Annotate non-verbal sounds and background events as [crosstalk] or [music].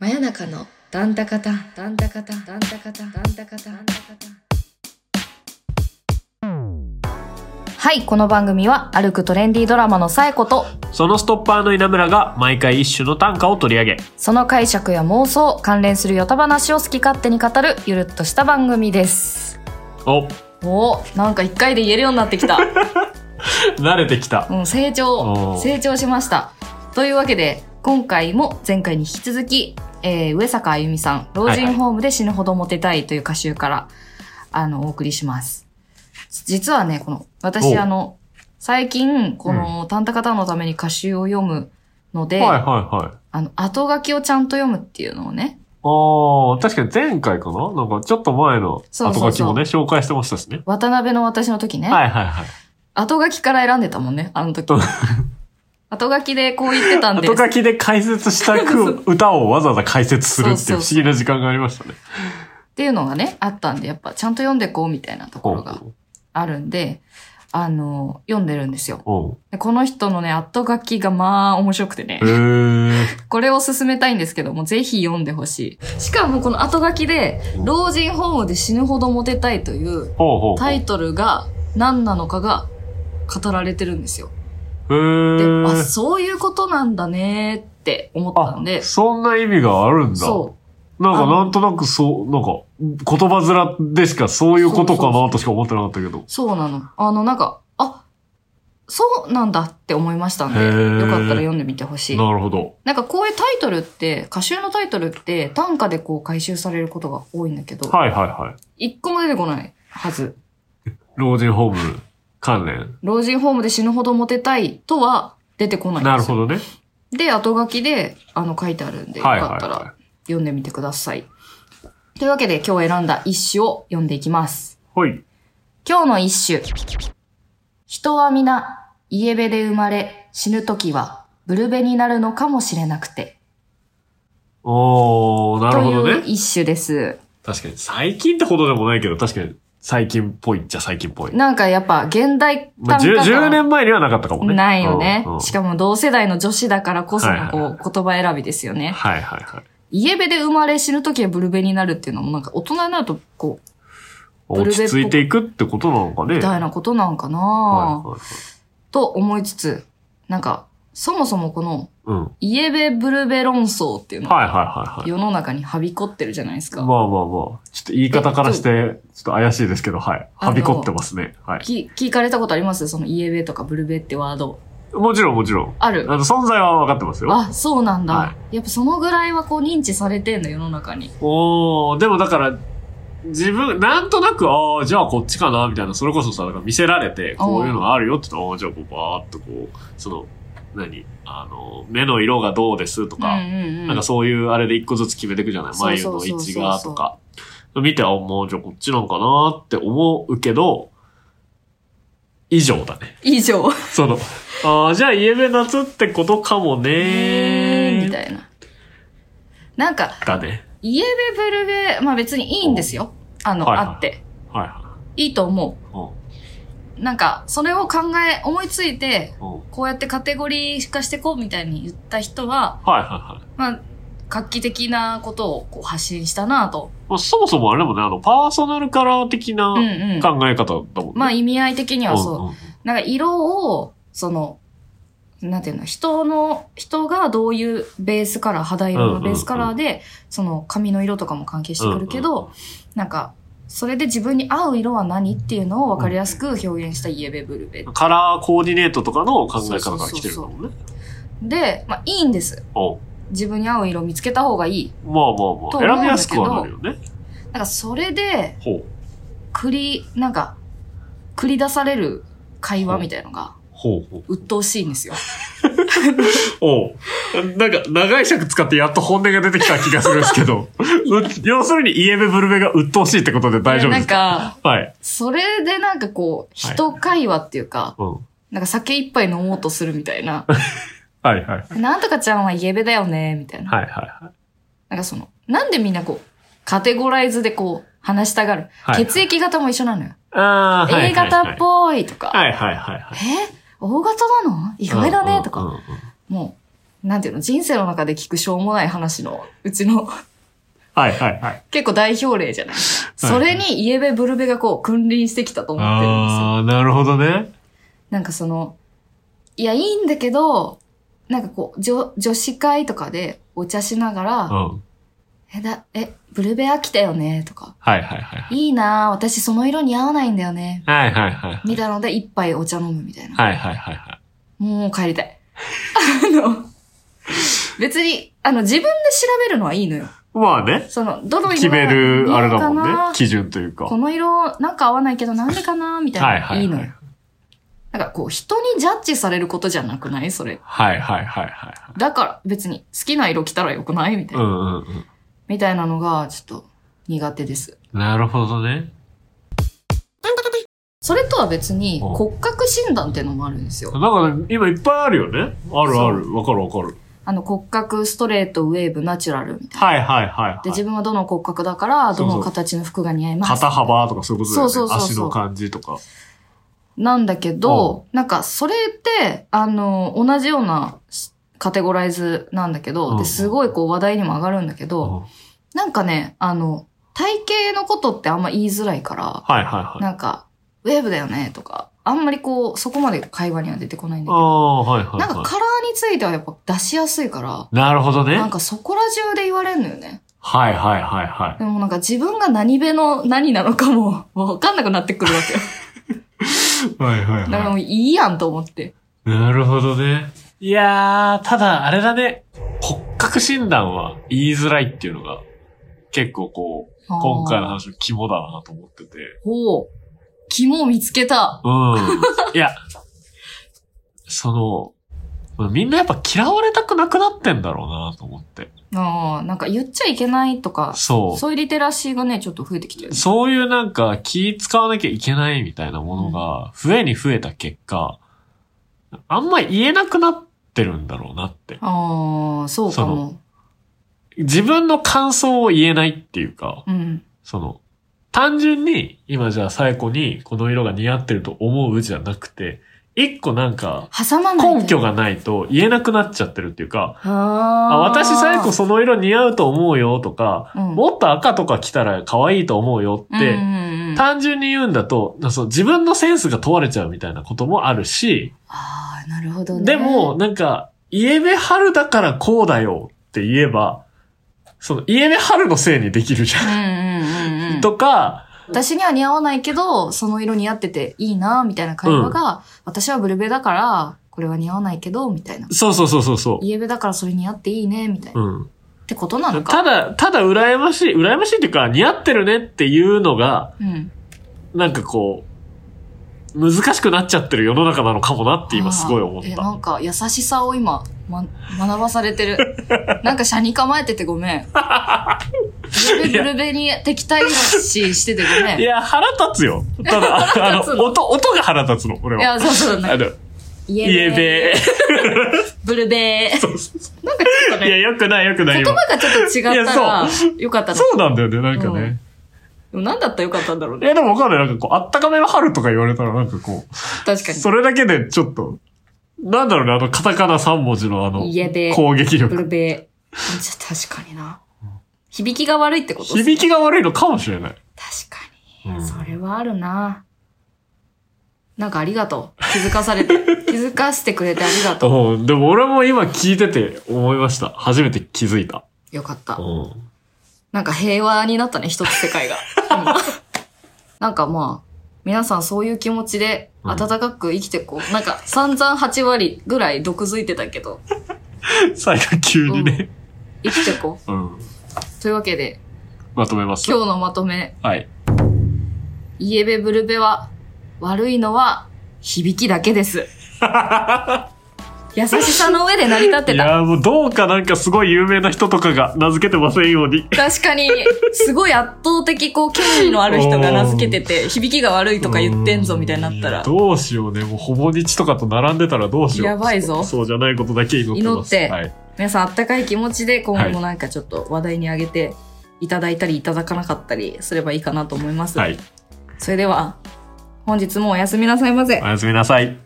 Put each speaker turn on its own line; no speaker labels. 真夜中のダンタカタンダンタカタンダンタカタンダンタカタンダンタカタン
はい、この番組は歩くトレンディードラマのさえこと、
そのストッパーの稲村が毎回一種の短歌を取り上げ、
その解釈や妄想、関連するヨタ話を好き勝手に語るゆるっとした番組です。
お、
おーなんか一回で言えるようになってきた。
慣れてきた。
うん、成
お
長、
ー
成長しました。というわけで、今回も前回に引き続き、えー、上坂あゆみさん、老人ホームで死ぬほどモテたいという歌集から、あの、お送りします。実はね、この、
お
私、
う
あの、最近、この、タンタカタンのために歌集を読むので、
はいはいはい。
あの、後書きをちゃんと読むっていうのをね、
ああ、確かに前回かななんかちょっと前の
そう
後
そうそう
書きもね、紹介してましたしね。
渡辺の私の時ね、
はいはいはい。
後書きから選んでたもんね、あの時
そう。
後書きでこう言ってたんで
[laughs] 後書きで解説したく歌をわざわざ解説するって
そ
い
そう
うう不思
そう
議な時間がありましたね。
っていうのがね、あったんで、やっぱちゃんと読んでこうみたいなところがあるんで、あの、読んでるんですよ。
おう
でこの人のね、後書きがまあ面白くてね
へ、え。
これを勧めたいんですけども、ぜひ読んでほしい。しかもこの後書きで、老人ホームで死ぬほどモテたいという
ほうほうほう。
タイトルが何なのかが語られてるんですよ。
へ
で、
ー
あ、そういうことなんだねって思ったんで、
そんな意味があるんだ。
そう。
なん
あ
か
の
なんとなくそう、なんか言葉面でしかそういうことかなとしか思ってなかったけど。
そうなの。あの、なんか、あ、そうなんだって思いましたんで、
へー
よかったら読んでみてほしい。
なるほど。
なんかこういうタイトルって、歌集のタイトルって短歌でこう回収されることが多いんだけど、
はいはいはい。
一個も出てこないはず。
老人ホーム関連。
老人ホームで死ぬほどモテたいとは出てこないんですよ
なるほどね。
で、後書きで、あの、書いてあるんで、よ
はいはい
かったら
は
読んでみてください。というわけで今日選んだ一首を読んでいきます。
い。はい。
今日の一首。人は皆、家辺で生まれ、死ぬ時は、ブルベになるのかもしれなくて。
おー、なるほど
という
ね。
一首です。
確かに最近ってほどでもないけど、確かに最近っぽいっちゃ最近っぽい。
なんかやっぱ、現代
まあ、
感
10,
が
10年前にはなかったかもね。
ないよね
うんう。ん
しかも同世代の女子だからこその
はい
こう、言葉選びですよね。
はいはいはい。
家辺で生まれ死ぬ時はブルベになるっていうのもなんか大人になるとこう、ブル
落
ベっぽ
ち着いていくってことなのかね。
みたいなことなんか
は
ない
はいはい
と思いつつ、なんか、そもそもこの、
うん。
家辺ブルベ論争っていうのが
はいはいはいはい。
世の中にはびこってるじゃないです
ま
か。
あまあまあ。ちょっと言い方からして、ちょっと怪しいですけど、はい。
あの
はびこってますね。はい。
き聞かれたことありますそのイエベとかブルベってワード。
もちろんもちろん。
あ
あ
る
の、存在は分かってますよ。
あ、そうなんだ、
は
やっぱそのぐらいはこう認知されてんの世の中に。
おー、でもだから、自分、なんとなく、ああ、じゃあこっちかな、みたいな、それこそさ、だから見せられて、こういうのあるよって言ったら、ああ、じゃあこう、ばーっとこう、その、何あの、目の色がどうですと
うんう
か、
んう
なん
ん
か。そういうあれで一個ずつ決めていくじゃない
そう
眉
そう
の
そうそう
位置がとか。見て、あ、もうじゃあこっちなんかなって思うけど、以上だね。
以上。
その、ああ、じゃあ家辺夏ってことかも
[laughs]
ね
みたいな。なんか、
だね。
イエベブルベ、まあ別にいいんですよ。あの、
はいはい
あって。
はいはい
いと思
い。うん
う。なんか、それを考え、思いついて、
うんはい
こうやってカテゴリー化してこうみたいに言った人は、
はいはい。
まあ、画期的なことをこう発信したなと。
まあ、そもそもあれだもんね、あの、パーソナルカラー的な
うんうん。
考え方だもんね。
まあ意味合い的にはそう。
んん
なんか色を、その、なんていうの、人の、人がどういうベースカラー、肌色のベースカラーで、その髪の色とかも関係してくるけど、
うんうん
なんか、それで自分に合う色は何っていうのを分かりやすく表現したイエベブルベ
う。んカラーコーディネートとかの考え方から来てるんだもんね。
で、まあいいんです。
お
自分に合う色を見つけた方がいい。
まあま
と
あ
思うんだけ
ま
ど
あ。選びやすくはなるよね。
なんかそれで、
ほう。
繰り、なんか、繰り出される会話みたいのが、
ほうほう。
鬱陶しいんですよ。
おうなんか、長い尺使ってやっと本音が出てきた気がするんですけ [laughs] ど。う要するに、イエベブルベが鬱陶しいってことで大丈夫ですか
なんか、
はい。
それでなんかこう、
はい
人会話っていうか、
うん。
なんか酒一杯飲もうとするみたい
[laughs]
な。
はいはい。
なんとかちゃんはイエベだよね、みたいな。
はいはいはい。
なんかその、なんでみんなこう、カテゴライズでこう、話したがる。
はい
血液型も一緒なのよ。
ああ、
A 型っぽいとか、
はいはいはいはい。
え ?O 型なの意外だ
うんうんう
ね
ん
とか、。もう、なんていうの、人生の中で聞くしょうもない話の、うちの [laughs]
はいはいはい。
結構代表例じゃない。それにイエベブルベがこう君臨してきたと思ってるんですよ。
ああ、なるほどね。
なんかその、いや、いいんだけど、なんかこう、女、女子会とかでお茶しながら、
うん。
え、だ、え、ブルベ飽きたよね、とか、
はいはいはいはい。
いいなぁ、私その色似合わないんだよね、
はいはいはいはい。
みたいなので一杯お茶飲むみたいな。
はいはいはいはい。
もう帰りたい。あの、別に、あの、自分で調べるのはいいのよ。
まあね。
その、どの
決
色が
める、あれ
似
だも
合うか
ん
な
ね。基準というか。
この色、なんか合わないけどなんでかなみたいな。
はいいはいいはい
いのよ。なんかこう、人にジャッジされることじゃなくないそれ。
はいはいはいは
だから別に好きな色着たらよくないみた
い。
いうな。
んうんうん。
みたいなのが、ちょっと苦手です。
なるほどね。
それとは別に、
うん
骨格診断っていうのもあるんですよ。
なんかね、今いっぱいあるよね。あるある。わかるわかる。
あの、骨格、ストレート、ウェーブ、ナチュラルみたいな。
はいはいはいはい。
で、自分はどの骨格だから、ど
そうそう
の形の服が似合います。
肩幅とかそういうことだよね。
そうそうそうそう
足の感じとか。
なんだけど、なんか、それって、あの、同じようなカテゴライズなんだけど、
う
で
ん
すごいこう話題にも上がるんだけ
う
ど、
んはい
なんかね、あの、体型のことってあんま言いづらいから、
はいはい。
なんか、ウェーブだよねとか、あんまりこう、そこまで会話には出てこないんだけど、
ああ、はいはい
なん
は
かカラーについてはやっぱ出しやすいから、
い。なるほどね。
な
は
ん
い
かそこら中で言われるのよね。
はいはいは
でもなんか自分が何べの何なのかも、 [laughs] わかんなくなってくるわけよ。
い。はいはい
だからもういいやんと思って。
い。なるほどね。いやー、ただあれだね。骨格診断は言いづらいっていうのが、結構こう、今回の
あー。
話の肝だなと思ってて。
ほう。肝を見つけた。
[laughs] うん。いや、その、まあみんなやっぱ嫌われたくなくなってんだろうなと思って。
ああ、なんか言っちゃいけないとか、
そう。
そういうリテラシーがね、ちょっと増えてきてる。
そういうなんか気使わなきゃいけないみたいなものが増えに増えた結果、あんま言えなくなってるんだろうなって。
ああ、そうか
そ
も。
自分の感想を言えないっていうか、
うん。
その、単純に今じゃあ最後にこの色が似合ってると思うじゃなくて、一個なんか
挟まない。
根拠。がないと言えなくなっちゃってるっていうか、
あ
あ
あ。
私最後その色似合うと思うよとか、
うん
もっと赤とか着たら可愛いと思うよって、
うんうんうん
単純に言うんだと、なんかその自分のセンスが問われちゃうみたいなこともあるし、
ああ、なるほどね。
でも、、なんか、イエベハルだからこうだよって言えば、その、イエベハルのせいにできるじ
うん
ゃ。
うんうんうんん。
とか、
私には似合わないけど、その色似合ってていいな、みたいな会話が、私はブルベだから、これは似合わないけど、みたいな。
そうそうそうそうそ。
イエベだからそれ似合っていいね、みたいうな。っ
うん。
てことなのか。
ただ、ただ羨ましい、羨ましいっていうか、似合ってるねっていうのが、
うん。
なんかこう、難しくなっちゃってる世の中なのかもなって今すごい思っ
あーえ、
た。
なんか優しさを今、ま、学ばされて
[laughs]
る。なんか車に構えててごめん。ブルベブルベに敵対視しててごめん。
い
い
や、腹立つよ。ただ、あ
腹立つ
の、
の
音、音が腹立つの、俺は。
や、そうそう。なん
あ
か
の、
イ
イエベ
ブルベー。
そうそうそ
なんかちょっと
ういや、
ね、
よくない、よくない
言
よ
葉。がちょっと違ったら
いや、
よかったの
そうなんだよね、なんかね。
でも何だったらよかったんだろう
い
ね。
や、でもわかんない。なんかこう、あったかめの春とか言われたら、なんかこう、
[laughs] 確かに。
それだけでちょっと、なんだろうね、あの、カタカナ3文字のあの
イエベ、
攻撃
ブ
力。
ルベ。じゃ確かにな。響きが悪いってこと
響き
が。
が悪いのかもしれない。
確か
う
に。
ん
それはあるな。なんかありがとう。気づかさ [laughs] れて。気づかせてくれてありがと
うんでも俺も今聞いてて思いました。初めて気づいた。
う。よかった
う。ん
なんか平和になったね、一つ世界 [laughs] が。うんなんかまあ、皆さんそういう気持ちで
うん
暖かく生きてこう。なんか散々8割ぐらい毒づいてたけど、
最後急にね。
生きてこ
うん。
う。というわけで、
まとめます。
今日のまとめ。
はい。
イエベブルベは、悪いのは、響きだけです。優しさの上で成り立って
い
た。
やーもうどうかなんかすごい有名な人とかが名付けてませんように。
確かに、すごい圧倒的、こう、権威のある人が名付けてて、響きが悪いとか言ってんぞ、みたいになった
うん
ら、
どうしようね。もうほぼ日とかと並んでたらどうしよう。
やばいぞ
そうじゃないことだけ祈ってます。
祈って
はい。
皆さんあったかい気持ちで、今後もなんかちょっと話題に上げていただいたり、いただかなかったりすればいいかなと思います。
はい。
それでは、本日もおやすみなさいませ。
おやすみなさい。